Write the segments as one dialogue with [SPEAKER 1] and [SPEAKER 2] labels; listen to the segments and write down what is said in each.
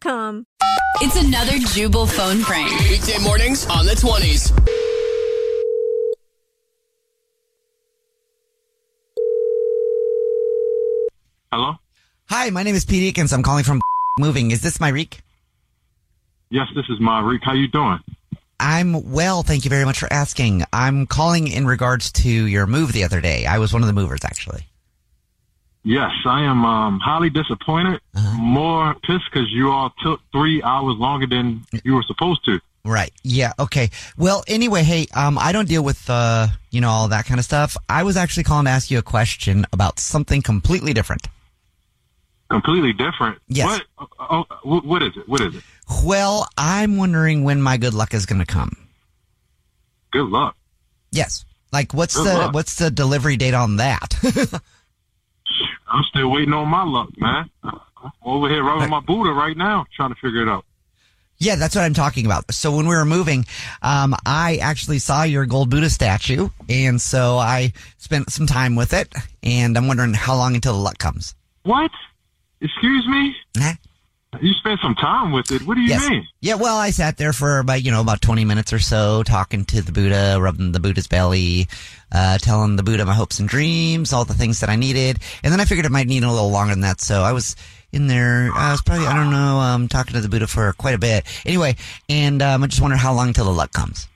[SPEAKER 1] com.
[SPEAKER 2] It's another Jubal phone prank.
[SPEAKER 3] Weekday mornings on the 20s.
[SPEAKER 4] Hello?
[SPEAKER 5] Hi, my name is Pete Eakins. I'm calling from Moving. Is this my reek?
[SPEAKER 4] Yes, this is Marik. How you doing?
[SPEAKER 5] I'm well, thank you very much for asking. I'm calling in regards to your move the other day. I was one of the movers, actually.
[SPEAKER 4] Yes, I am um, highly disappointed.
[SPEAKER 5] Uh-huh.
[SPEAKER 4] More pissed because you all took three hours longer than you were supposed to.
[SPEAKER 5] Right. Yeah. Okay. Well, anyway, hey, um, I don't deal with, uh, you know, all that kind of stuff. I was actually calling to ask you a question about something completely different.
[SPEAKER 4] Completely different.
[SPEAKER 5] Yes.
[SPEAKER 4] What, oh, oh, what is it? What is it?
[SPEAKER 5] Well, I'm wondering when my good luck is going to come.
[SPEAKER 4] Good luck.
[SPEAKER 5] Yes. Like, what's
[SPEAKER 4] Good
[SPEAKER 5] the
[SPEAKER 4] luck.
[SPEAKER 5] what's the delivery date on that?
[SPEAKER 4] I'm still waiting on my luck, man. I'm over here rubbing my Buddha right now, trying to figure it out.
[SPEAKER 5] yeah, that's what I'm talking about. So when we were moving, um, I actually saw your gold Buddha statue, and so I spent some time with it, and I'm wondering how long until the luck comes.
[SPEAKER 4] What? Excuse me?
[SPEAKER 5] Huh?
[SPEAKER 4] You spent some time with it. What do you
[SPEAKER 5] Yes.
[SPEAKER 4] mean?
[SPEAKER 5] Yeah. Well, I sat there for about you know about twenty minutes or so, talking to the Buddha, rubbing the Buddha's belly, uh, telling the Buddha my hopes and dreams, all the things that I needed, and then I figured it might need a little longer than that. So I was in there. I was probably I don't know um, talking to the Buddha for quite a bit. Anyway, and um, I just wondered how long until the luck comes.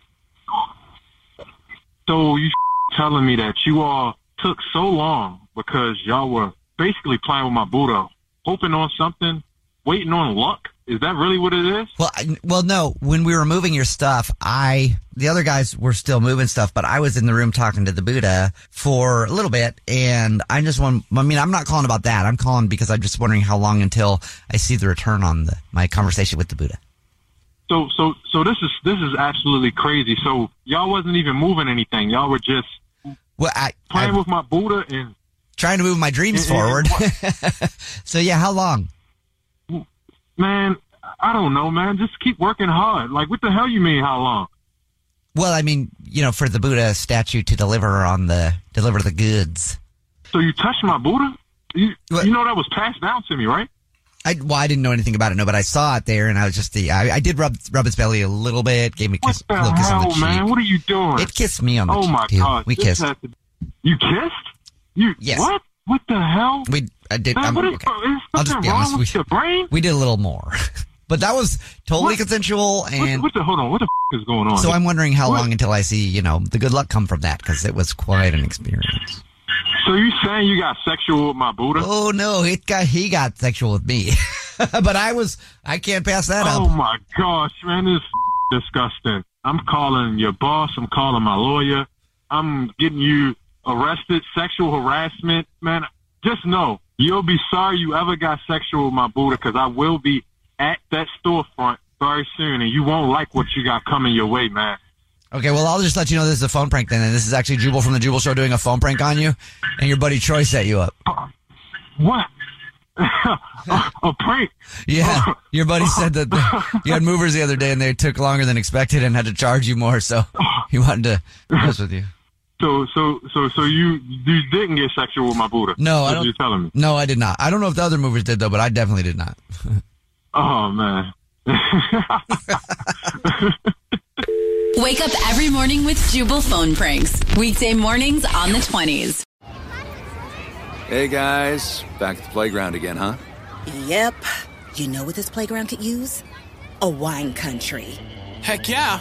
[SPEAKER 4] So you telling me that you all took so long because y'all were basically playing with my Buddha, hoping on something, waiting on luck? Is that really what it is?
[SPEAKER 5] Well, I, well, no. When we were moving your stuff, I the other guys were still moving stuff, but I was in the room talking to the Buddha for a little bit, and I just want. I mean, I'm not calling about that. I'm calling because I'm just wondering how long until I see the return on the, my conversation with the Buddha.
[SPEAKER 4] So so so this is this is absolutely crazy. So y'all wasn't even moving anything. Y'all were just
[SPEAKER 5] Well, I,
[SPEAKER 4] playing
[SPEAKER 5] I'm
[SPEAKER 4] with my Buddha and
[SPEAKER 5] trying to move my dreams forward. so yeah, how long?
[SPEAKER 4] man, I don't know, man. Just keep working hard. Like what the hell you mean how long?
[SPEAKER 5] Well, I mean, you know, for the Buddha statue to deliver on the deliver the goods.
[SPEAKER 4] So you touched my Buddha? You,
[SPEAKER 5] What?
[SPEAKER 4] you know that was passed down to me, right?
[SPEAKER 5] I, well, I didn't know anything about it, no, but I saw it there, and I was just the I, I did rub rub its belly a little bit, gave me a
[SPEAKER 4] What
[SPEAKER 5] kiss,
[SPEAKER 4] the
[SPEAKER 5] a little kiss on the
[SPEAKER 4] hell,
[SPEAKER 5] cheek.
[SPEAKER 4] man? What are you doing?
[SPEAKER 5] It kissed me on the
[SPEAKER 4] oh
[SPEAKER 5] cheek
[SPEAKER 4] my
[SPEAKER 5] too.
[SPEAKER 4] god,
[SPEAKER 5] we
[SPEAKER 4] this
[SPEAKER 5] kissed.
[SPEAKER 4] has to- you kissed? You
[SPEAKER 5] Yes.
[SPEAKER 4] what? What the hell?
[SPEAKER 5] We I did.
[SPEAKER 4] Man,
[SPEAKER 5] I'm-
[SPEAKER 4] what is,
[SPEAKER 5] okay.
[SPEAKER 4] is
[SPEAKER 5] I'll just
[SPEAKER 4] something
[SPEAKER 5] be
[SPEAKER 4] wrong
[SPEAKER 5] honest.
[SPEAKER 4] with
[SPEAKER 5] We,
[SPEAKER 4] your brain?
[SPEAKER 5] we did a little more, but that was totally
[SPEAKER 4] What?
[SPEAKER 5] consensual.
[SPEAKER 4] What,
[SPEAKER 5] And
[SPEAKER 4] what the hold on? What the f- is going on?
[SPEAKER 5] so I'm wondering how
[SPEAKER 4] What?
[SPEAKER 5] long until I see you know the good luck come from that because it was quite an experience.
[SPEAKER 4] so you saying you got sexual with my Buddha?
[SPEAKER 5] Oh no, it got he got sexual with me, but I was I can't pass that
[SPEAKER 4] Oh
[SPEAKER 5] up.
[SPEAKER 4] my gosh, man, this is disgusting. I'm calling your boss. I'm calling my lawyer. I'm getting you arrested, sexual harassment, man. Just know you'll be sorry you ever got sexual with my Buddha because I will be at that storefront very soon, and you won't like what you got coming your way, man.
[SPEAKER 5] Okay, well I'll just let you know this is a phone prank then, and this is actually Jubal from the Jubal Show doing a phone prank on you, and your buddy Troy set you up.
[SPEAKER 4] What? a prank.
[SPEAKER 5] Yeah, your buddy said that you had movers the other day and they took longer than expected and had to charge you more, so he wanted to mess with you.
[SPEAKER 4] So so so so you you didn't get sexual with my Buddha.
[SPEAKER 5] No,
[SPEAKER 4] That's
[SPEAKER 5] I
[SPEAKER 4] what
[SPEAKER 5] don't.
[SPEAKER 4] You're telling me.
[SPEAKER 5] No, I did not. I don't know if the other movers did though, but I definitely did not.
[SPEAKER 4] Oh man.
[SPEAKER 6] Wake up every morning with Jubal phone pranks. Weekday mornings on the 20s.
[SPEAKER 7] Hey guys, back at the playground again, huh?
[SPEAKER 8] Yep. You know what this playground could use? A wine country.
[SPEAKER 3] Heck yeah,